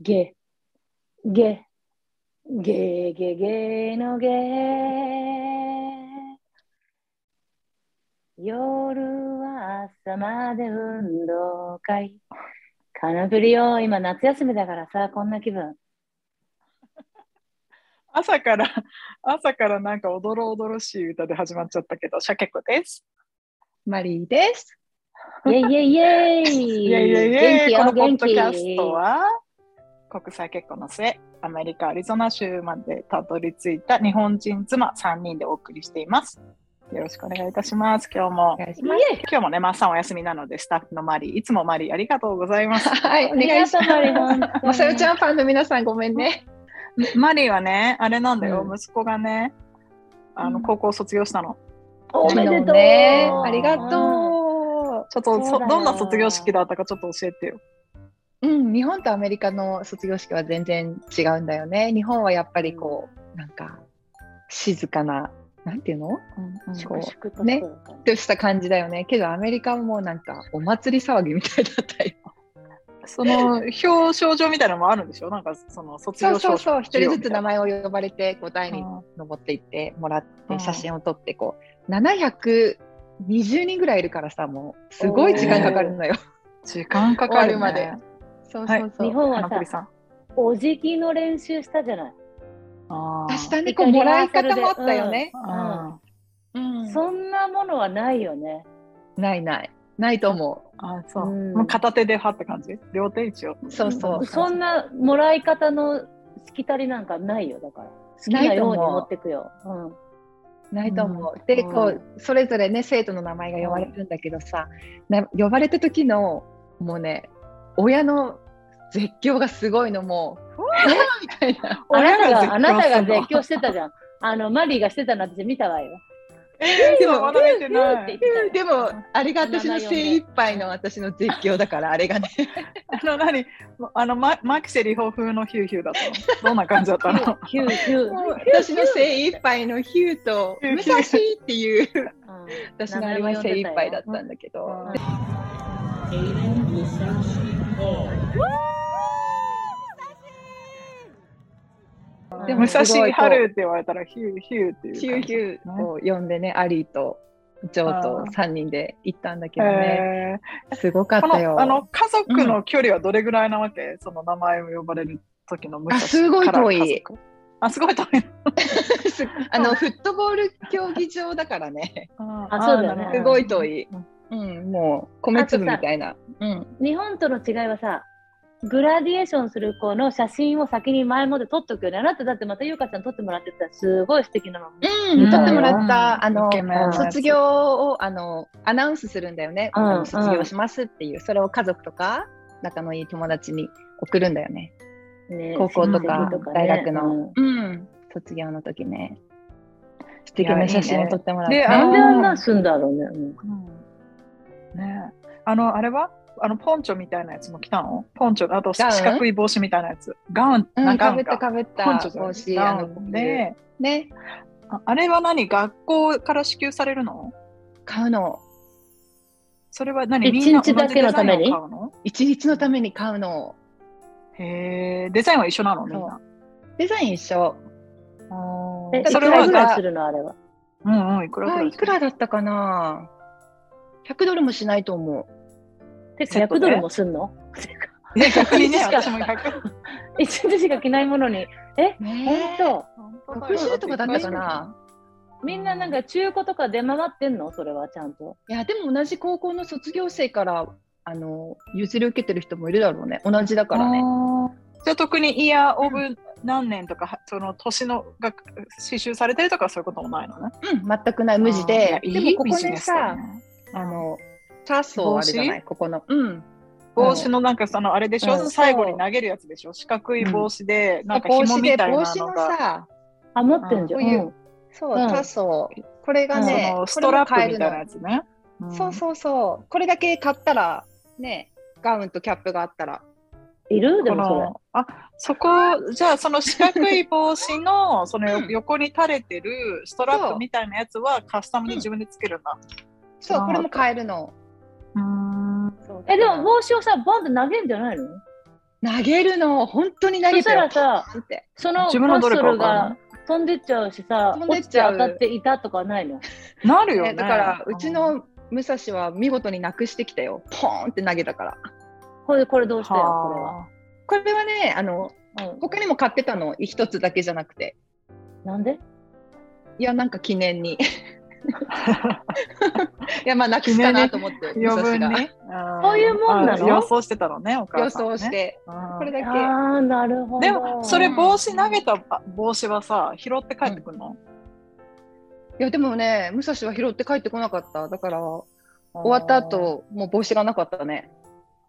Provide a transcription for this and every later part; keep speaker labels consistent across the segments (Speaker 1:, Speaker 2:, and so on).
Speaker 1: ゲ、ゲ、ゲゲゲのゲ。夜は朝まで運動会。カナブリよ、今夏休みだからさ、こんな気分。
Speaker 2: 朝から、 朝からなんかおどろおどろしい歌で始まっちゃったけど、シャケ子です。
Speaker 3: マリーです。
Speaker 1: イェイイェイイェイ
Speaker 2: いやいやいやいや、このポッドキャスト
Speaker 1: は
Speaker 2: は、国際結婚の末、アメリカ・アリゾナ州までたどり着いた日本人妻3人でお送りしています。よろしくお願いいたします。今日も、
Speaker 3: 願いし
Speaker 1: イェ
Speaker 3: ます。
Speaker 1: イ
Speaker 2: 今日もね、まっさんお休みなので、スタッフのマリー、いつもマリーありがとうございます。
Speaker 3: はい、お
Speaker 1: あり
Speaker 3: 願い
Speaker 1: が
Speaker 3: し
Speaker 1: とうマリ
Speaker 3: ま
Speaker 1: 本当
Speaker 3: す。
Speaker 1: に
Speaker 3: まさよちゃんファンの皆さん、ごめんね。
Speaker 2: マリーはね、あれなんだよ、
Speaker 1: う
Speaker 2: 息子がね、あ
Speaker 3: う
Speaker 2: の
Speaker 3: ん
Speaker 2: 高校卒業したの。
Speaker 1: おめでとう、
Speaker 3: ねありが
Speaker 1: う。
Speaker 3: と
Speaker 2: ちょっと
Speaker 1: そう
Speaker 2: そ
Speaker 1: だよ
Speaker 2: どんな卒業式だったかちょっと教えてよ。
Speaker 3: う。うん、日本とアメリカの卒業式は全然違うんだよね。日本はやっぱりこう、なんか、静かな、なんていうの
Speaker 1: 粛々と
Speaker 3: ね
Speaker 1: そうだね
Speaker 3: とした感じだよね。けどアメリカはもうなんか、お祭り騒ぎみたいだったよ。
Speaker 2: その表彰状みたいなのもあるんでしょなんかその卒
Speaker 3: そ
Speaker 2: 業
Speaker 3: うそう
Speaker 2: 証
Speaker 3: そう、一人ずつ名
Speaker 2: 前
Speaker 3: 前を呼ばれて、こう、台に
Speaker 2: あ
Speaker 3: 登っていってもらっ
Speaker 2: うん
Speaker 3: て写真を撮ってこう720人ぐらいいるからさもうすごい時間かかるのよ。
Speaker 2: 時間かかる、ね、
Speaker 3: 終わるまそうそうそう。
Speaker 1: 日本
Speaker 2: 花
Speaker 1: は
Speaker 2: 栗
Speaker 1: さ、
Speaker 2: さん。
Speaker 1: お辞儀の練習したじゃない。
Speaker 2: あー
Speaker 3: 確かにこうもらい方もあったよね。
Speaker 2: あ
Speaker 3: うん
Speaker 1: そんなものはないよね。
Speaker 3: ないないないと思
Speaker 2: ーあー、そ
Speaker 1: う
Speaker 2: う。
Speaker 1: ん
Speaker 2: もう片手ではって感じ両手一応。
Speaker 3: う。そうそう。
Speaker 1: そんなもらい方のしきたりなんかないよ、だから。好きなように持ってくよ。うん
Speaker 3: ないと思う。で
Speaker 2: うん
Speaker 3: こうそれぞれね生徒の名前が呼ばれるんだけどさ、な呼ばれた時のもうね親の絶叫がすごいのもう。うわーみたいな。
Speaker 1: あなたが、あ
Speaker 2: 親が
Speaker 1: なたが
Speaker 2: 絶
Speaker 1: 絶
Speaker 2: 叫するの
Speaker 1: 叫してたじゃん。あの、マリーがしてたの私見たわよ。
Speaker 2: えー、でもまだ見てな
Speaker 1: うんうん
Speaker 2: い
Speaker 1: って。
Speaker 3: うんでもあれが私の精一杯の私の絶叫だからあれがね。
Speaker 2: あの何あのママキセリホ風のヒューヒューだったの。どんな感じだったの
Speaker 1: ヒューヒュー。
Speaker 3: もう私の精一杯のヒューと
Speaker 2: ヒュー
Speaker 3: 武蔵っていう
Speaker 1: うん
Speaker 3: 私のあれは精一杯だったんだけど
Speaker 2: うん
Speaker 3: でも
Speaker 2: 武蔵
Speaker 3: すごいこう
Speaker 2: 春って言われたらヒューヒューっていう感じ。
Speaker 3: ヒューヒューを呼んでねアリーとジョーと3人で行ったんだけどね
Speaker 2: へー
Speaker 3: すごかっ
Speaker 2: こ
Speaker 3: たよ
Speaker 2: のあ の家族の距離はどれぐらいなわけ、その名前を呼ばれる時の武
Speaker 3: あすごい遠い
Speaker 2: から家族あすごい遠い
Speaker 3: すあのフットボール競技場だからね
Speaker 2: あ
Speaker 1: あそうだよね
Speaker 3: すごい遠い
Speaker 2: うん、
Speaker 3: うん、もう米粒みたいな、うん、
Speaker 1: 日本との違いはさ、グラディエーションする子の写真を先に前もで撮っとくよね。あなただってまた優香ちゃん撮ってもらってたらすごい素敵なの。
Speaker 3: うん、撮ってもらったあの
Speaker 2: イケメンのやつ
Speaker 3: 卒業をあのアナウンスするんだよね、
Speaker 1: うん
Speaker 3: あの卒業しますっていうそれを家族とか仲のいい友達に送るんだよね
Speaker 1: ね
Speaker 3: 高校と
Speaker 1: 親
Speaker 3: か
Speaker 1: 戚ね
Speaker 3: 大学
Speaker 1: うん
Speaker 3: の、うん、卒業の時ね素敵
Speaker 2: いや
Speaker 3: ない
Speaker 2: いね
Speaker 3: 写真を撮ってもらっ
Speaker 2: で
Speaker 3: て
Speaker 1: な
Speaker 2: あの
Speaker 1: んであんなんすんだろうね。うん
Speaker 2: うんねえあのあれはあのポンチョみたいなやつも来たのポンチョあと四
Speaker 3: ガウン
Speaker 2: 角い帽子みたいなやつガウン、
Speaker 3: う、
Speaker 2: なんガ
Speaker 3: か
Speaker 2: ウン
Speaker 3: ぶったかぶっ
Speaker 2: ポン
Speaker 3: た
Speaker 2: チョじゃない
Speaker 3: 帽子
Speaker 2: ガ
Speaker 3: あ
Speaker 2: ウ
Speaker 3: の
Speaker 2: ンで
Speaker 3: ね
Speaker 2: ああれは何学校から支給されるの
Speaker 3: 買うの
Speaker 2: それは何
Speaker 1: 一
Speaker 2: みんな同
Speaker 1: 日
Speaker 2: じ
Speaker 1: だけの
Speaker 2: デザ
Speaker 1: ために
Speaker 2: インを買うの
Speaker 3: 一日のために買うの
Speaker 2: へえデザインは一緒なのみんな
Speaker 3: デザイン一緒
Speaker 2: あ
Speaker 1: え
Speaker 2: ー
Speaker 3: だ
Speaker 2: そ
Speaker 3: から
Speaker 2: れ
Speaker 1: いくらぐ
Speaker 2: は
Speaker 1: らい
Speaker 2: が
Speaker 1: するのあれは。
Speaker 2: うんうんいくらぐら
Speaker 3: あ
Speaker 2: い
Speaker 3: いくらだったかな100ドルもしないと思う
Speaker 1: てか
Speaker 2: セッ
Speaker 1: 100
Speaker 2: トで
Speaker 1: ドルもすん の
Speaker 2: ね逆 にね
Speaker 1: 一日し
Speaker 2: 私も100
Speaker 1: 一日しか着ないものに。え、本当。
Speaker 3: 60とかだったかな。
Speaker 1: みんななんか中古とか出回ってんのそれはちゃんと。
Speaker 3: いやでも同じ高校の卒業生からあの譲り受けてる人もいるだろうね同じだからね
Speaker 2: ね。じゃあ特にイヤーオブ何年とか、はその年のが刺繍されてるとかそういうこともないのね。
Speaker 3: うん全くない無地で
Speaker 2: あーい
Speaker 3: で
Speaker 2: や
Speaker 3: も
Speaker 2: いい
Speaker 3: こ
Speaker 2: ビ
Speaker 3: こ
Speaker 2: ジ
Speaker 3: ね
Speaker 2: ネスだ
Speaker 3: さ
Speaker 2: ね
Speaker 3: あのチャーソーあるじゃないここのうん
Speaker 2: 帽子のなんかそのあれでしょ、
Speaker 3: うん
Speaker 2: 最後に投げるやつでしょ四角い帽子で、なんか
Speaker 3: 帽
Speaker 2: 紐
Speaker 3: 子
Speaker 2: み
Speaker 3: で
Speaker 2: たい
Speaker 3: 帽
Speaker 2: な
Speaker 3: 子
Speaker 2: の
Speaker 3: の
Speaker 2: が。
Speaker 3: さ
Speaker 1: あ、持ってんじゃん。
Speaker 3: あこうい
Speaker 1: う
Speaker 3: う
Speaker 1: ん
Speaker 3: そう
Speaker 1: うん
Speaker 3: チャーソーこれが
Speaker 2: そ
Speaker 3: ね
Speaker 2: の
Speaker 3: こ
Speaker 2: ス
Speaker 3: れ
Speaker 2: ト
Speaker 3: も
Speaker 2: ラップ
Speaker 3: 買え
Speaker 2: み
Speaker 3: る
Speaker 2: た
Speaker 3: の
Speaker 2: いなやつね。ん
Speaker 3: そうそうそうこれだけ買ったらねガウンとキャップがあったら
Speaker 1: いるで
Speaker 2: こ
Speaker 1: もそれ。
Speaker 2: のあそこじゃあその四角い帽子の その
Speaker 3: うん
Speaker 2: 横に垂れてるストラップみたいなやつはカスタムで自分でつけるんだ。
Speaker 3: そうこれも
Speaker 2: 買
Speaker 3: 買えるの
Speaker 2: うん
Speaker 1: え、でも帽子をさ、ボンって投げんじゃないの
Speaker 3: 投げるの、本当に投げたよ
Speaker 1: そしたらさ、
Speaker 3: パーンって
Speaker 1: その
Speaker 2: 自分の
Speaker 1: カ
Speaker 2: ど
Speaker 1: ッ
Speaker 2: れ
Speaker 1: ソ
Speaker 2: かわ
Speaker 1: ル
Speaker 2: かん
Speaker 1: が
Speaker 2: な
Speaker 1: 飛んでっちゃうしさ、
Speaker 3: 飛んで
Speaker 1: 落
Speaker 3: っ
Speaker 1: ち
Speaker 3: ち
Speaker 1: て
Speaker 3: ゃう
Speaker 1: 当たっていたとかないの。
Speaker 2: い。なるよね。
Speaker 3: ねだから、うち
Speaker 2: ん
Speaker 3: の武蔵は見事になくしてきたよ。ポーンって投げたから。
Speaker 1: これ、これどうしたよ、
Speaker 2: はあ
Speaker 3: これはね、あの、
Speaker 1: これは。うん
Speaker 3: 他にも買ってたの、一つだけじゃなくて。
Speaker 1: なんで
Speaker 3: いや、なんか記念 に。いや、まあ、なくしたなと思って、武
Speaker 2: 余
Speaker 3: 蔵
Speaker 2: 分
Speaker 3: が
Speaker 2: に。あー
Speaker 1: そういうもんなの
Speaker 2: あ予想してたのね、お母
Speaker 3: 予
Speaker 2: さん、ね。
Speaker 3: 想し。て、これだけ。
Speaker 1: ああ、なるほど。
Speaker 2: でも、それ帽子投げたあ帽子はさ、拾って帰ってくるの、
Speaker 3: いや、でもね、武蔵は拾って帰ってこなかった。だから、終わった後、もう帽子がなかったね。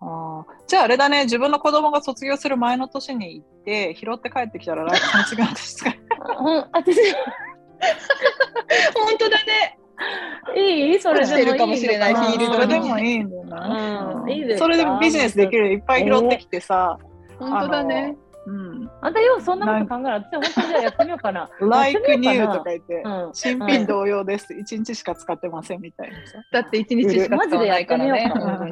Speaker 2: あー。じゃああれだね、自分の子供が卒業する前の年に行って、拾って帰ってきたら、来年違う年使え。
Speaker 1: うん、私、
Speaker 3: 本当だね。
Speaker 1: いいそれでもいいのな。
Speaker 3: してるかもしれないヒール
Speaker 2: そ
Speaker 3: とか
Speaker 2: れで
Speaker 3: ね
Speaker 2: もいいんだよな。
Speaker 1: うんいいですか
Speaker 2: それでもビジネスできる、いっぱい拾ってきてさ。
Speaker 3: 本当だね。
Speaker 2: うん。
Speaker 1: あんたようそんなこと考えない。私は本当にじゃあやってみようかな。
Speaker 2: like
Speaker 1: やってみ
Speaker 2: new
Speaker 1: ようかな
Speaker 2: とか言って
Speaker 1: う、ん。
Speaker 2: 新品同様です。一日しか使ってませんみたいなさ。
Speaker 3: だって一日しか
Speaker 1: マ
Speaker 3: 使
Speaker 1: ジ
Speaker 3: わ
Speaker 1: でや
Speaker 3: な
Speaker 1: っ
Speaker 3: い
Speaker 1: て
Speaker 3: から
Speaker 1: みよう
Speaker 3: ね
Speaker 1: か。な。本当にう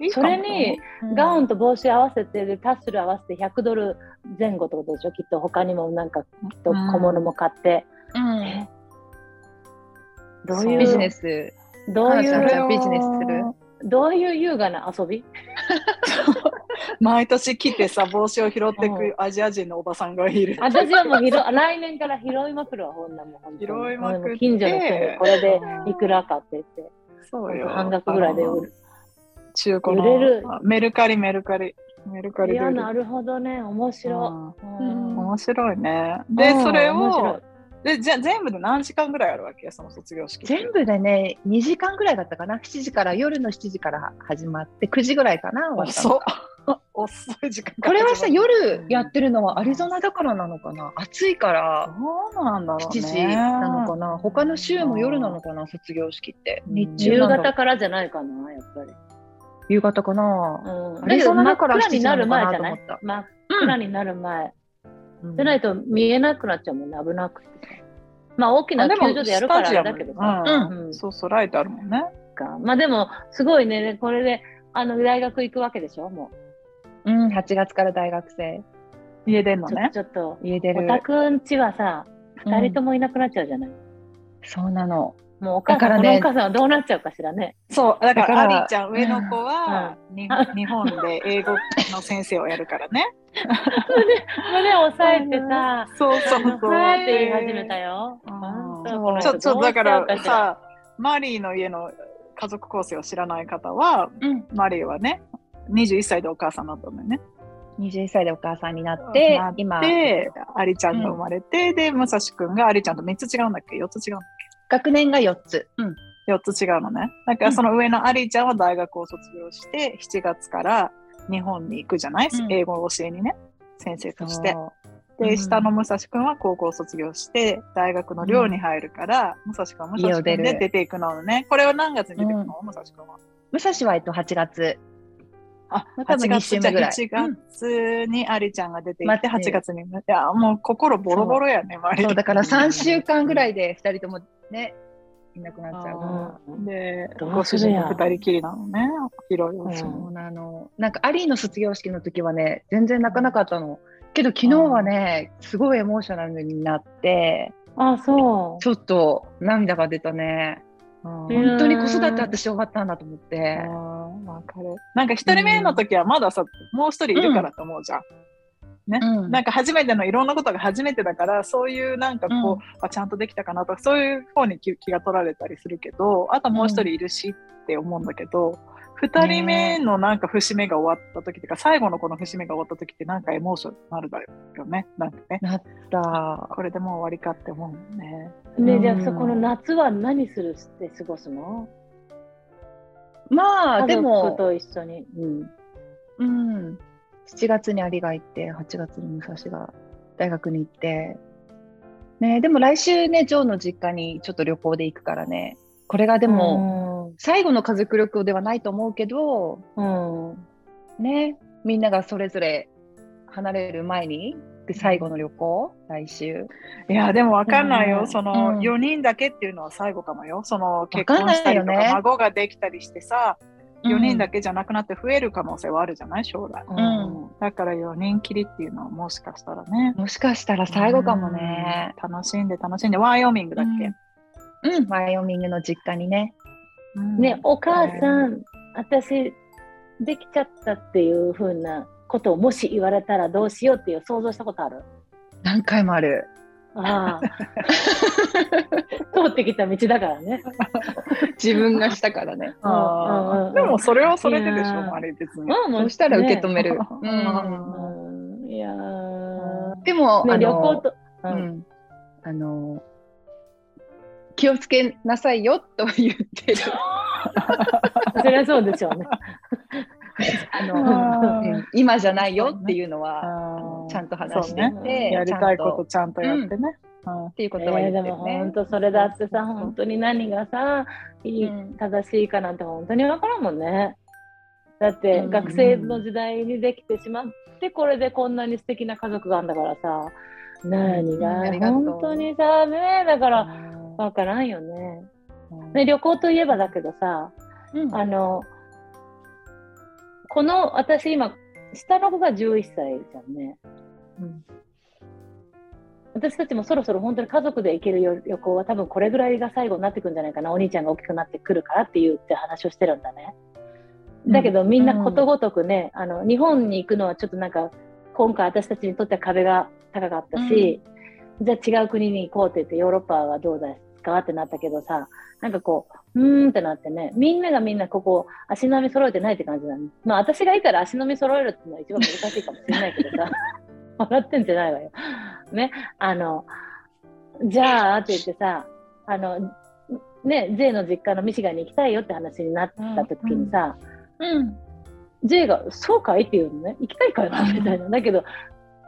Speaker 1: ん
Speaker 2: いいか
Speaker 1: そ
Speaker 2: も
Speaker 1: れに、ガウンと帽子合わせてでタッスル合わせて100ドル前後ってことでしょきっと他にもなんかきっと小物も買って、えどう
Speaker 2: そう
Speaker 1: い
Speaker 3: ビジネ
Speaker 1: う
Speaker 3: ス。
Speaker 1: どうい
Speaker 3: かなちゃん
Speaker 1: う
Speaker 3: がビジネスする
Speaker 1: どういう優雅な遊び
Speaker 2: 毎年来てさ帽子を拾って
Speaker 1: うん
Speaker 2: くアジア人のおばさんがいる。
Speaker 1: 私はもう拾 来年から拾いまくるわこんなもん本当に
Speaker 2: 拾いまくって
Speaker 1: もう近所の人にこれでいくらかって言って
Speaker 2: そうよ
Speaker 1: 半額ぐらいで売る
Speaker 2: あの中古の
Speaker 1: 売れる
Speaker 2: あメルカリメルカリメルカリ
Speaker 1: い
Speaker 2: で売
Speaker 1: や
Speaker 2: る
Speaker 1: なるほどね面白い、
Speaker 2: うん
Speaker 3: ん
Speaker 2: 面白いね。
Speaker 1: うん
Speaker 2: でそれ
Speaker 1: 面白
Speaker 2: を
Speaker 1: い
Speaker 2: でじゃ全部で何時間ぐらいあるわけその卒業式。
Speaker 3: 全部でね、2時間ぐらいだったかな。7時から、夜の7時から始まって、9時ぐらいかな。終わったの
Speaker 2: 遅っ 遅い時間かかっちゃう
Speaker 3: これはさ、夜やってるのはアリゾナだからなのかな。暑いから。
Speaker 2: どうなんだろうね。
Speaker 3: 7時なのかな他の週も夜なのかな卒業式って
Speaker 2: うん
Speaker 3: 日中
Speaker 1: 夕
Speaker 3: なんだ
Speaker 1: 方からじゃないかなやっぱり、
Speaker 3: 夕方かな
Speaker 1: うん、
Speaker 3: あ
Speaker 1: だけ
Speaker 3: れ
Speaker 1: ど
Speaker 3: そん
Speaker 1: 真
Speaker 3: な
Speaker 1: っ
Speaker 3: から
Speaker 1: 暗になる前じゃ
Speaker 3: 7時な
Speaker 1: な
Speaker 3: の
Speaker 1: い
Speaker 3: かなと
Speaker 1: 真っ暗になる前、でないと見えなくなっちゃうもんね、危なくて。まあ、大きな
Speaker 2: あでも
Speaker 1: 球場でやるからあれだけどさ。
Speaker 2: スタジアム
Speaker 1: う
Speaker 2: うんんそうそうライトあるもんね。
Speaker 1: かまあ、でも、すごいね、でこれで、あの、大学行くわけでしょ、も
Speaker 3: うん、8月から大学生
Speaker 2: 家出んの
Speaker 1: う。ちょ,、
Speaker 2: ね。
Speaker 1: ちょっと、
Speaker 3: 家出
Speaker 1: お
Speaker 3: る
Speaker 1: たくんちはさ、
Speaker 3: うん
Speaker 1: 二人ともいなくなっちゃうじゃない。
Speaker 3: そうなの
Speaker 1: もうお母
Speaker 3: だか
Speaker 1: さ
Speaker 3: ら
Speaker 1: ん、こ
Speaker 3: ね
Speaker 1: のお母さんはどうなっちゃうかしらね。
Speaker 2: そう、だから、
Speaker 3: だから
Speaker 2: アリちゃん、上の子は、に日本で英語の先生をやるからね。
Speaker 1: 胸を押さえてさ、
Speaker 2: そうそう
Speaker 1: はーって言い始めたよ。
Speaker 2: うん
Speaker 1: 本当
Speaker 2: ち
Speaker 1: この
Speaker 2: ょ
Speaker 1: 人
Speaker 2: っと、
Speaker 1: どう
Speaker 2: だ
Speaker 1: しちゃ
Speaker 2: か
Speaker 1: うし
Speaker 2: ら
Speaker 1: ら
Speaker 2: さ、マリーの家の家族構成を知らない方は、
Speaker 3: うん
Speaker 2: マリーはね、21歳でお母さんだったんだよね。
Speaker 3: 21歳でお母さんになって
Speaker 2: なって
Speaker 3: 今
Speaker 2: で、アリちゃんが生まれて、で、武蔵くんがアリちゃんと3つ違うんだっけ ?4 つ違うんだっ
Speaker 3: 学年が4つ、うん、
Speaker 2: け ?4 つ違うのね。だから、その上のアリちゃんは大学を卒業して、7月から日本に行くじゃない、
Speaker 3: うん
Speaker 2: 英語を教えにね、先生として。
Speaker 3: そうう
Speaker 2: で、
Speaker 3: ん
Speaker 2: 下の武蔵くんは高校を卒業して、大学の寮に入るから、武蔵くんは武蔵くん
Speaker 3: 家を出
Speaker 2: で
Speaker 3: る
Speaker 2: 出ていくのね。これは何月に出てくの、武蔵くんは。
Speaker 3: 武蔵はえっと8月
Speaker 2: あ、
Speaker 3: また
Speaker 2: 8
Speaker 3: 2
Speaker 2: 月、
Speaker 3: 週
Speaker 2: じゃ
Speaker 3: 目
Speaker 2: あ
Speaker 3: ぐらい
Speaker 2: 1月にアリちゃんが出てい
Speaker 3: 待
Speaker 2: っ
Speaker 3: って
Speaker 2: て、8月に。いや、もう心ボロボロやね、周り
Speaker 3: そうだから3週間ぐらいで2人ともねいなくなっちゃうから
Speaker 1: うん
Speaker 2: で、
Speaker 1: どうするや
Speaker 2: ご主人が2人きりなのね、広いお家
Speaker 1: う
Speaker 2: に
Speaker 1: ん
Speaker 3: そうなの。なんかアリーの卒業式の時はね、全然泣かなかったの。けど昨日はね、すごいエモーショナルになって、
Speaker 1: あ、そう。
Speaker 3: ちょっと涙が出た
Speaker 2: うん
Speaker 3: ね。
Speaker 1: うん
Speaker 3: 本当に子育て私終わったんだと思って。
Speaker 2: うんわかる。なんか1人目の時はまださ、もう1人いるからと思うじゃん。
Speaker 3: うん
Speaker 2: なんか初めてのいろんなことが初めてだからそういうなんかこう、
Speaker 3: うん
Speaker 2: あちゃんとできたかなとかそういう方に気気が取られたりするけどあともう一人いるしって思うんだけど、二2人目のなんか節目が終わった時とか最後のこの節目が終わった時ってなんかエモーショナルだよねなんかね
Speaker 3: なった。
Speaker 2: これでもう終わりかって思うもんね。
Speaker 1: ね、
Speaker 3: うん
Speaker 1: じゃあ、そこの夏は何するって過ごすの
Speaker 3: まあで
Speaker 1: 家族
Speaker 3: も、
Speaker 1: と一緒に。うん
Speaker 3: うん、7月にアリが行って、8月に武蔵が大学に行って、ね、でも来週ね、ジョーの実家にちょっと旅行で行くからね、これがでも、
Speaker 1: も、
Speaker 3: 最後の家族旅行ではないと思うけど、
Speaker 1: うん
Speaker 3: ね、みんながそれぞれ離れる前に最後の旅行、来週。
Speaker 2: いやでもわかんないよ、
Speaker 1: うん
Speaker 2: そうの
Speaker 3: ん
Speaker 2: 4人だけっていうのは最後かもよその結
Speaker 3: わかん
Speaker 2: 婚
Speaker 3: ない
Speaker 2: したりとか
Speaker 3: よね
Speaker 2: 孫ができたりしてさ4人だ
Speaker 3: け、
Speaker 2: けじゃなくなって増える可能性はあるじゃない将来。
Speaker 1: うん
Speaker 2: だから4人きりっていうのはもしかしたらね。
Speaker 3: もしかしたら最後かもね。
Speaker 2: うん。楽しんで楽しんで、ワイオミングだっけ、
Speaker 3: うん、ワイオミングの実家にね。
Speaker 2: うん
Speaker 1: ね、お母さん、私、できちゃったっていうふうなことをもし言われたらどうしようっていう想像したことある
Speaker 3: 何回も ある。
Speaker 1: ああ通ってきた道だからね。
Speaker 3: 自分がしたからね。
Speaker 1: うんうん
Speaker 2: あ
Speaker 1: うん
Speaker 2: ーでもそれはそれででしょ、
Speaker 1: いやー
Speaker 2: あれ別に。
Speaker 1: まあも
Speaker 3: そしたら受け止める。
Speaker 2: う
Speaker 3: うん
Speaker 1: うんいやー
Speaker 3: で
Speaker 1: ね、
Speaker 3: も、あ
Speaker 1: 旅
Speaker 3: の
Speaker 1: 行と、う
Speaker 3: うんん、あの気をつけなさいよと言ってる
Speaker 1: そりゃそうでしょうね。
Speaker 3: あ
Speaker 2: あ
Speaker 3: の、
Speaker 2: ー
Speaker 3: うん今じゃないよっていうの
Speaker 2: あ
Speaker 3: は、
Speaker 2: ー
Speaker 3: ちゃんと話して
Speaker 2: そ
Speaker 3: いう
Speaker 1: ね
Speaker 3: て、
Speaker 2: やりたい
Speaker 3: ち
Speaker 2: こ
Speaker 3: ゃん
Speaker 2: と
Speaker 3: と
Speaker 2: ちゃんとやってね。うん
Speaker 3: っていうことは
Speaker 1: え
Speaker 3: 言
Speaker 1: ー
Speaker 3: っ
Speaker 1: で
Speaker 3: てる
Speaker 1: も
Speaker 3: ね
Speaker 1: 本。当それだって
Speaker 2: そう
Speaker 1: さ
Speaker 2: そうそう
Speaker 1: 本当に何がさいい、
Speaker 3: うん
Speaker 1: 正しいかなんて本当に分からんもんねだって、
Speaker 3: うん
Speaker 1: 学生の時代にできてしまってこれでこんなに素敵な家族があんだからさ何が、
Speaker 3: うんありがとう
Speaker 1: 本当にさねえだから
Speaker 3: うん
Speaker 1: 分からんよねね旅行といえばだけどさ
Speaker 3: うん
Speaker 1: あのこの私今下の子が11歳じゃんね
Speaker 3: うん
Speaker 1: 私たちもそろそろ本当に家族で行けるよ旅行は多分これぐらいが最後になってくんじゃないかなお兄ちゃんが大きくなってくるからっていうって話をしてるんだねだけどみんなことごとくね、あの日本に行くのはちょっとなんか今回私たちにとっては壁が高かったし、じゃあ違う国に行こうって言ってヨーロッパはどうですかってなったけどさなんかこううーんってなってねみんながみんなここ足並み揃えてないって感じなのまあ私がいたら足並み揃えるっていうのは一番難しいかもしれないけどさ 笑ってんじゃないわよ。ねあのじゃあって言ってさあのね J の実家のミシガンに行きたいよって話になった時にさ、
Speaker 3: うん、
Speaker 1: J が「そうかい?」って言うのね「行きたいかよ」みたいなだけど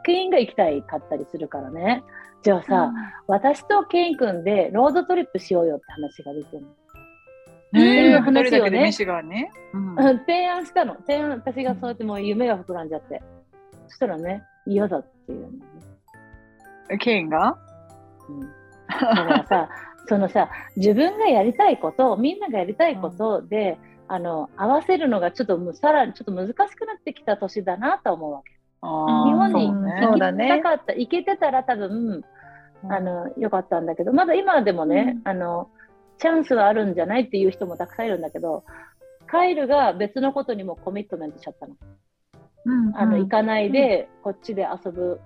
Speaker 1: ケインが行きたいかったりするからねじゃあさ、私とケイン君でロードトリップしようよって話が出てるの
Speaker 2: ねえ
Speaker 1: うん
Speaker 2: 二人だけ
Speaker 1: 話
Speaker 2: で
Speaker 1: をね
Speaker 2: ミシガンに。うん
Speaker 1: うん提案したの提案私がそうやってもう夢が膨らんじゃってそしたらね嫌だっていうのね、
Speaker 2: ケインが
Speaker 1: うん、だからさそのさ自分がやりたいことみんながやりたいことで、あの合わせるのがちょっとむさらにちょっと難しくなってきた年だなと思うわけ
Speaker 2: 日
Speaker 1: 日本に
Speaker 3: そ
Speaker 1: 行
Speaker 3: う
Speaker 1: き
Speaker 3: だ
Speaker 1: た
Speaker 3: ね
Speaker 1: かった、行けてたら多分、あのよかったんだけどまだ今でもね、あのチャンスはあるんじゃないっていう人もたくさんいるんだけどカイルが別のことにもコミットメントしちゃったの,、あの行かないで、こっちで遊ぶ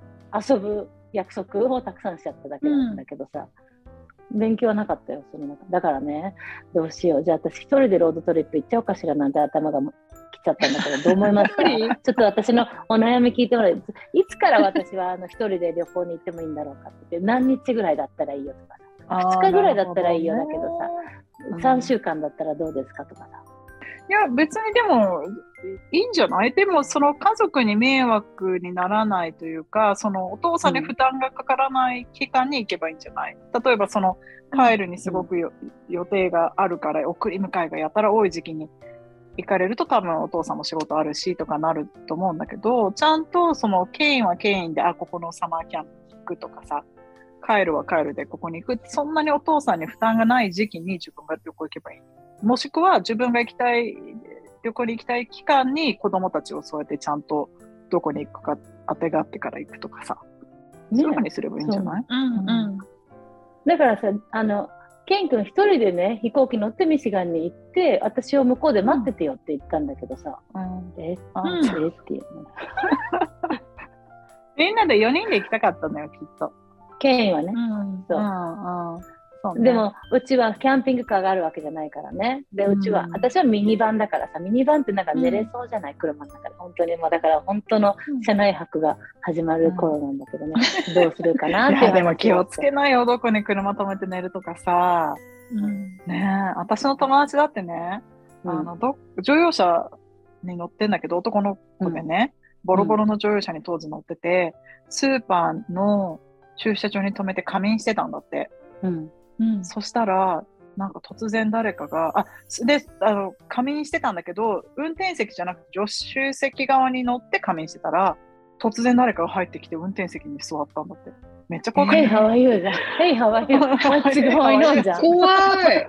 Speaker 1: 遊ぶ約束をたくさんしちゃっただけなんだけどさ、勉強はなかったよその中だからねどうしようじゃあ私一人でロードトリップ行っちゃおうかしらなんて頭がも来ちゃったんだけど どう思いますか
Speaker 3: 一
Speaker 1: ちょっと私のお悩み聞いてもらえるいつから私はあの一人で旅行に行ってもいいんだろうかって言って何日ぐらいだったらいいよとか二日ぐらいだったらいいよだけどさ
Speaker 2: うん
Speaker 1: さ3週間だったらどうですかとかさ
Speaker 2: いや、別にでも、いいんじゃないでも、その家族に迷惑にならないというか、そのお父さんに負担がかからない期間に行けばいいんじゃない、例えば、その、帰るにすごくよ、予定があるから、送り迎えがやたら多い時期に行かれると、多分お父さんも仕事あるし、とかなると思うんだけど、ちゃんと、その、ケインはケインで、あ、ここのサマーキャンプ行くとかさ、帰るは帰るでここに行くって、そんなにお父さんに負担がない時期に自分が旅行行けばいい。もしくは自分が行きたい、旅行に行きたい期間に子供たちをそうやってちゃんとどこに行くか当てがってから行くとかさ、そういうふう
Speaker 1: ね
Speaker 2: にすればいいんじゃない
Speaker 3: うんうん
Speaker 1: だからさあのケン君一人でね飛行機乗ってミシガンに行って私を向こうで待っててよって言ったんだけどさ、
Speaker 2: うん
Speaker 1: え
Speaker 2: あ
Speaker 3: う
Speaker 1: え
Speaker 3: ん
Speaker 1: っていうの
Speaker 2: みんなで4人で行きたかったのよ、きっと。
Speaker 1: ケインはね
Speaker 3: うん
Speaker 1: そう
Speaker 2: うんうんそうね
Speaker 1: でもうちはキャンピングカーがあるわけじゃないからねで
Speaker 2: う
Speaker 1: う
Speaker 2: ん
Speaker 1: ちは、私はミニバンだからさミニバンってなんか寝れそうじゃない、車の中で本当にもうだから本当の車内泊が始まる頃なんだけどね、どうするかなっ
Speaker 2: い
Speaker 1: ていう
Speaker 2: や
Speaker 1: 話
Speaker 2: でも気をつけ
Speaker 1: を
Speaker 2: ないよ、どこに車止めて寝るとかさ。
Speaker 3: うん
Speaker 2: ねえ、私の友達だってね、
Speaker 1: うん
Speaker 2: あのど乗用車に乗ってんだけど男の子でね、ボロボロの乗用車に当時乗ってて、スーパーの駐車場に止めて仮眠してたんだって
Speaker 1: うん
Speaker 3: うん
Speaker 2: そしたらなんか突然誰かがあすであの仮眠してたんだけど運転席じゃなくて助手席側に乗って仮眠してたら突然誰かが入ってきて運転席に座ったんだってめっちゃ怖かっ
Speaker 1: Hey,
Speaker 2: た
Speaker 1: how are you? Hey, how are you? What's going on? じゃん。
Speaker 3: 怖い。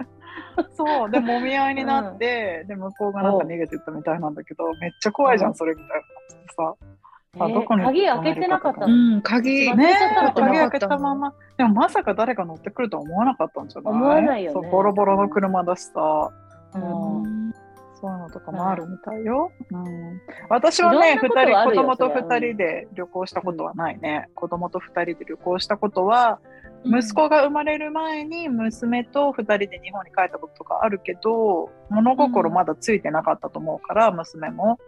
Speaker 2: そうでもみ合いになって、で向こうがなんか逃げてったみたいなんだけどめっちゃ怖いじゃん、
Speaker 1: うん
Speaker 2: それみたいな感じでさあどこに
Speaker 1: 鍵開けてなかった
Speaker 3: う
Speaker 1: の。
Speaker 3: ん、鍵、
Speaker 1: 閉まっ
Speaker 2: ね
Speaker 1: ちゃったのか
Speaker 2: え、
Speaker 1: な
Speaker 2: 鍵開けたまま。でもまさか誰が乗ってくるとは思わなかったんじゃない
Speaker 1: 思わないよね
Speaker 2: そうボロボロの車だしさ、
Speaker 1: う
Speaker 2: うん
Speaker 1: ん
Speaker 2: そういうのとかもあるみたいよ。うん、私はね、
Speaker 1: い
Speaker 2: 二
Speaker 1: ろんなことはあ
Speaker 2: 人、子
Speaker 1: るよ
Speaker 2: 供と
Speaker 1: そりゃ
Speaker 2: 二人で旅行したことはないね。子供と二人で旅行したことは、息子が生まれる前に娘と2人で日本に帰ったこととかあるけど物心まだついてなかったと思うから、娘も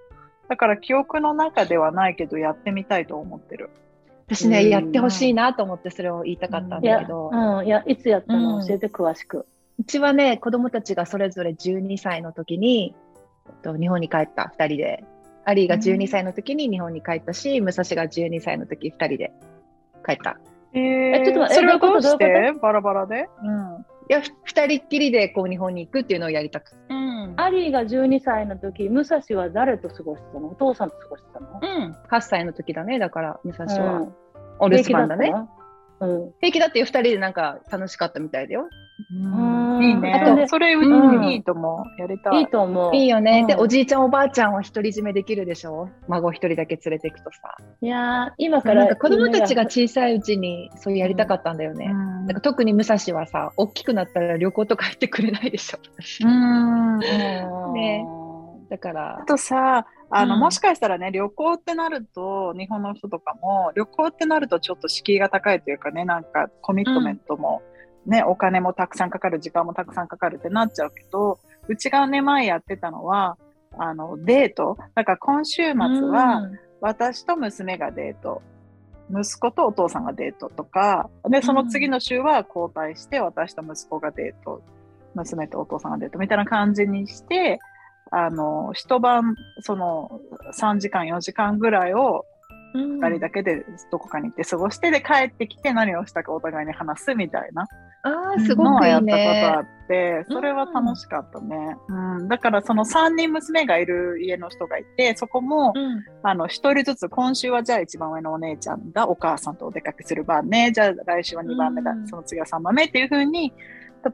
Speaker 2: だから記憶の中ではないけどやってみたいと思ってる
Speaker 3: 私ね、
Speaker 1: うん
Speaker 3: やってほしいなと思ってそれを言いたかったん
Speaker 1: いや、
Speaker 3: だけど、
Speaker 1: うん、いや、いつやった
Speaker 3: うん
Speaker 1: の教えて詳しく。
Speaker 3: うちはね、子供たちがそれぞれ12歳の時に、えっと、日本に帰った2人で、アリーが12歳の時に日本に帰ったし、武蔵が12歳の時2人で帰った。
Speaker 2: え
Speaker 1: ちょっと待って
Speaker 2: それは
Speaker 1: えどういううこと
Speaker 2: どし
Speaker 1: どうい
Speaker 2: てバラバラで
Speaker 3: いや、2人っきりでこう日本に行くっていうのをやりたくて。
Speaker 2: うん、うん、
Speaker 1: アリーが12歳の時、武蔵は誰と過ごしてたのお父さんと過ごしてたの
Speaker 3: 8歳の時だね、だから武蔵は、
Speaker 1: うん
Speaker 3: お留守番だね。
Speaker 1: 平気ったの。うん。
Speaker 3: 平気だって2人でなんか楽しかったみたいだよ。
Speaker 1: うん
Speaker 2: いいね
Speaker 1: あとね
Speaker 2: それ、
Speaker 1: うん
Speaker 2: いいと思うやりたい
Speaker 1: いいと思う。
Speaker 3: いい
Speaker 1: い
Speaker 3: よね。で、
Speaker 2: うん
Speaker 3: おじいちゃんおばあちゃんは独り占めできるでしょ孫一人だけ連れていくとさ。
Speaker 1: やー、今か
Speaker 3: なん
Speaker 1: ら
Speaker 3: か子供たちが小さいうちにそういうやりたかったんだよね。
Speaker 2: うん
Speaker 3: なんか特に武蔵はさ、大きくなったら旅行とか行ってくれないでしょ。
Speaker 2: うん
Speaker 3: ね
Speaker 1: ね。
Speaker 3: だから
Speaker 2: あ、とさあの、
Speaker 3: うん
Speaker 2: もしかしたらね旅行ってなると日本の人とかも旅行ってなるとちょっと敷居が高いというかねなんかコミットメントも、ね、お金もたくさんかかる時間もたくさんかかるってなっちゃうけどうちがね前やってたのはあのデートだから今週末は私と娘がデート。息子とお父さんがデートとかでその次の週は交代して私と息子がデート娘とお父さんがデートみたいな感じにしてあの一晩その3時間4時間ぐらいを
Speaker 3: うん、
Speaker 2: 2人だけでどこかに行って過ごして、で帰ってきて何をしたかお互いに話すみたいな
Speaker 3: あ
Speaker 1: う
Speaker 3: あ、
Speaker 1: ん
Speaker 3: すご
Speaker 2: のを
Speaker 3: くい
Speaker 2: やっ
Speaker 3: い
Speaker 2: たことあ
Speaker 3: ね。
Speaker 2: って、それは楽しかったね、うんだからその3人娘がいる家の人がいてそこも、あの、一人ずつ、今週はじゃあ一番上のお姉ちゃんがお母さんとお出かけする番ね、じゃあ来週は2番目だ、
Speaker 3: うん
Speaker 2: その次は3番目っていう風に、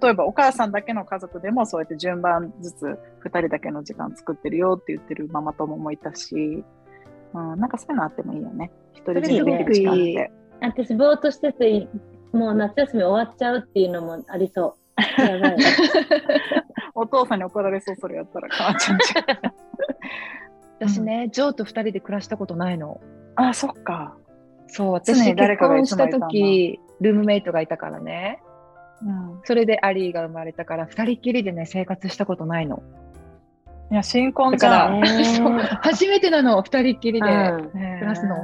Speaker 2: 例えばお母さんだけの家族でもそうやって順番ずつ2人だけの時間作ってるよって言ってるママ友もいたし、うん、なんかそういうのあってもいいよね。一人
Speaker 1: それすご
Speaker 2: で
Speaker 1: く
Speaker 3: いい
Speaker 2: 時間って。
Speaker 1: 私、ぼーっとしてて、もう夏休み終わっちゃうっていうのもあり そう。やばい。
Speaker 2: お父さんに怒られそう、それやったら、かわちゃんちゃ
Speaker 3: 私ね、ジョーと2人で暮らしたことない
Speaker 2: ん。
Speaker 3: の。
Speaker 2: あ、そっか。
Speaker 3: そう、
Speaker 2: 常に
Speaker 3: 私
Speaker 2: 誰
Speaker 3: 結
Speaker 2: かがい
Speaker 3: 婚
Speaker 2: つ
Speaker 3: し
Speaker 2: も
Speaker 3: た
Speaker 2: いたな
Speaker 3: 時、ルームメイトがいたからね。
Speaker 2: うん。
Speaker 3: それでアリーが生まれたから、2人っきりでね、生活したことないの。
Speaker 2: いや、新婚
Speaker 3: だ
Speaker 2: じ
Speaker 3: か
Speaker 2: ゃん。
Speaker 3: ら、
Speaker 1: ね
Speaker 3: そう初めてなの、2人っきりで。
Speaker 1: うん
Speaker 2: 暮
Speaker 3: 暮らすの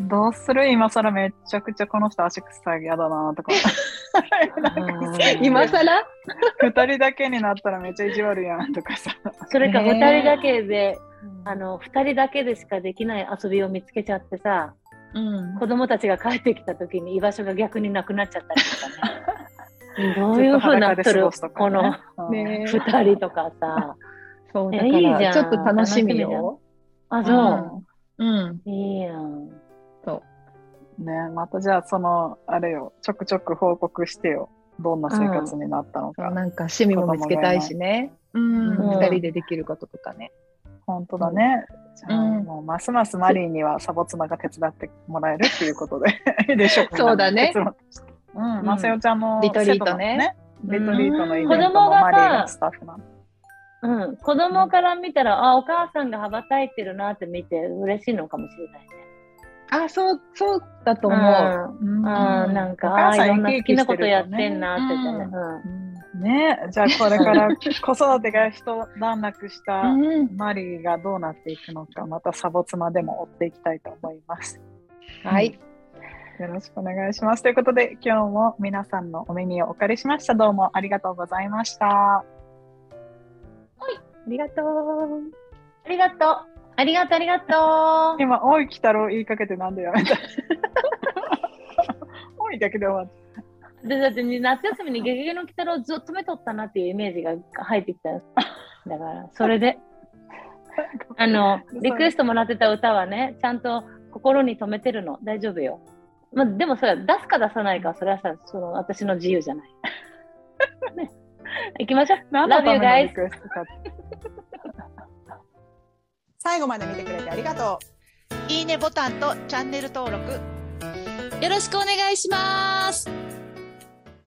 Speaker 2: どうする今更めちゃくちゃこの人足臭い嫌だな とか。なんかさ
Speaker 1: うん
Speaker 3: 今更
Speaker 2: 二人だけになったらめっちゃ意地悪やんとかさ。
Speaker 1: それか
Speaker 3: ね
Speaker 1: 二人だけで、あの二人だけでしかできない遊びを見つけちゃってさ
Speaker 3: うん
Speaker 1: 子供たちが帰ってきた時に居場所が逆になくなっちゃったりとかねどう
Speaker 2: ず
Speaker 1: い
Speaker 2: っ
Speaker 1: う
Speaker 2: と
Speaker 1: ふうにな
Speaker 2: 裸
Speaker 1: っ
Speaker 2: で
Speaker 1: と
Speaker 2: 過
Speaker 1: る、
Speaker 2: ごすと
Speaker 1: こ
Speaker 2: かね、
Speaker 1: の
Speaker 2: うん
Speaker 3: ね
Speaker 1: 二人とかさ
Speaker 3: そう、
Speaker 1: え
Speaker 3: だか
Speaker 1: いいじゃ
Speaker 3: ら、
Speaker 1: ん
Speaker 3: ちょっと楽しみよ。
Speaker 1: あ
Speaker 2: じゃん
Speaker 1: そう、
Speaker 3: うん。
Speaker 1: いいやん
Speaker 3: そう。
Speaker 2: ねまたじゃあその、あれよ、ちょくちょく報告してよ。どんな生活になったの
Speaker 3: そう
Speaker 2: か。
Speaker 3: なんか趣味も見つけたいしね。うん
Speaker 2: うん
Speaker 3: 二人でできることとかね。
Speaker 2: 本当だね。じゃあ
Speaker 3: うん
Speaker 2: もうますますマリーにはサボ妻が手伝ってもらえるっていうことで。 いいでしょか
Speaker 3: そうだね
Speaker 2: 結論としてうん、マセオちゃんの
Speaker 3: リトリートね
Speaker 2: 生徒のね。リトリートのイベン
Speaker 1: うん
Speaker 2: トもマリーのスタッフなの。
Speaker 1: うん、子供から見たら、あお母さんが羽ばたいてるなって見て嬉しいのかもしれないね。
Speaker 3: あ、そう、そうだと
Speaker 1: う
Speaker 3: 思う。
Speaker 1: ん
Speaker 2: う
Speaker 1: う
Speaker 2: ん
Speaker 1: ん、なん
Speaker 2: お
Speaker 1: か、あ
Speaker 2: 母
Speaker 1: あい
Speaker 2: さ
Speaker 1: ろ
Speaker 2: ん
Speaker 1: んな
Speaker 2: 生
Speaker 1: 好
Speaker 2: き
Speaker 1: き
Speaker 2: 生き
Speaker 1: な
Speaker 2: して
Speaker 1: こ
Speaker 2: るよね
Speaker 1: とやってんなって言ってね。
Speaker 2: ねじゃあこれから子育てが一段落した
Speaker 3: うん
Speaker 2: マリーがどうなっていくのかまたサボ妻でも追っていきたいと思います。
Speaker 3: はい。
Speaker 2: よろしくお願いします。ということで今日も皆さんのお耳をお借りしました。どうもありがとうございました。
Speaker 3: ありがとう。
Speaker 1: ありがとう。ありがとう、ありがとう。
Speaker 2: 今、おい、鬼太郎言いかけてなんでやめたおいだけで終わった。
Speaker 1: でだってね、夏休みに「ゲゲゲの鬼太郎」ずっと目取ったなっていうイメージが入ってきたんです だからそれ であのリクエストもらってた歌はねちゃんと心に留めてるの大丈夫よ、まあ、でもそれは出すか出さないかはそれはさその私の自由じゃない、 ね、行きましょう
Speaker 2: 何のた
Speaker 1: Love you
Speaker 2: めの
Speaker 1: guys
Speaker 2: リクエストかって
Speaker 4: 最後まで見てくれてありがとういいねボタンとチャンネル登録
Speaker 5: よろしくお願いします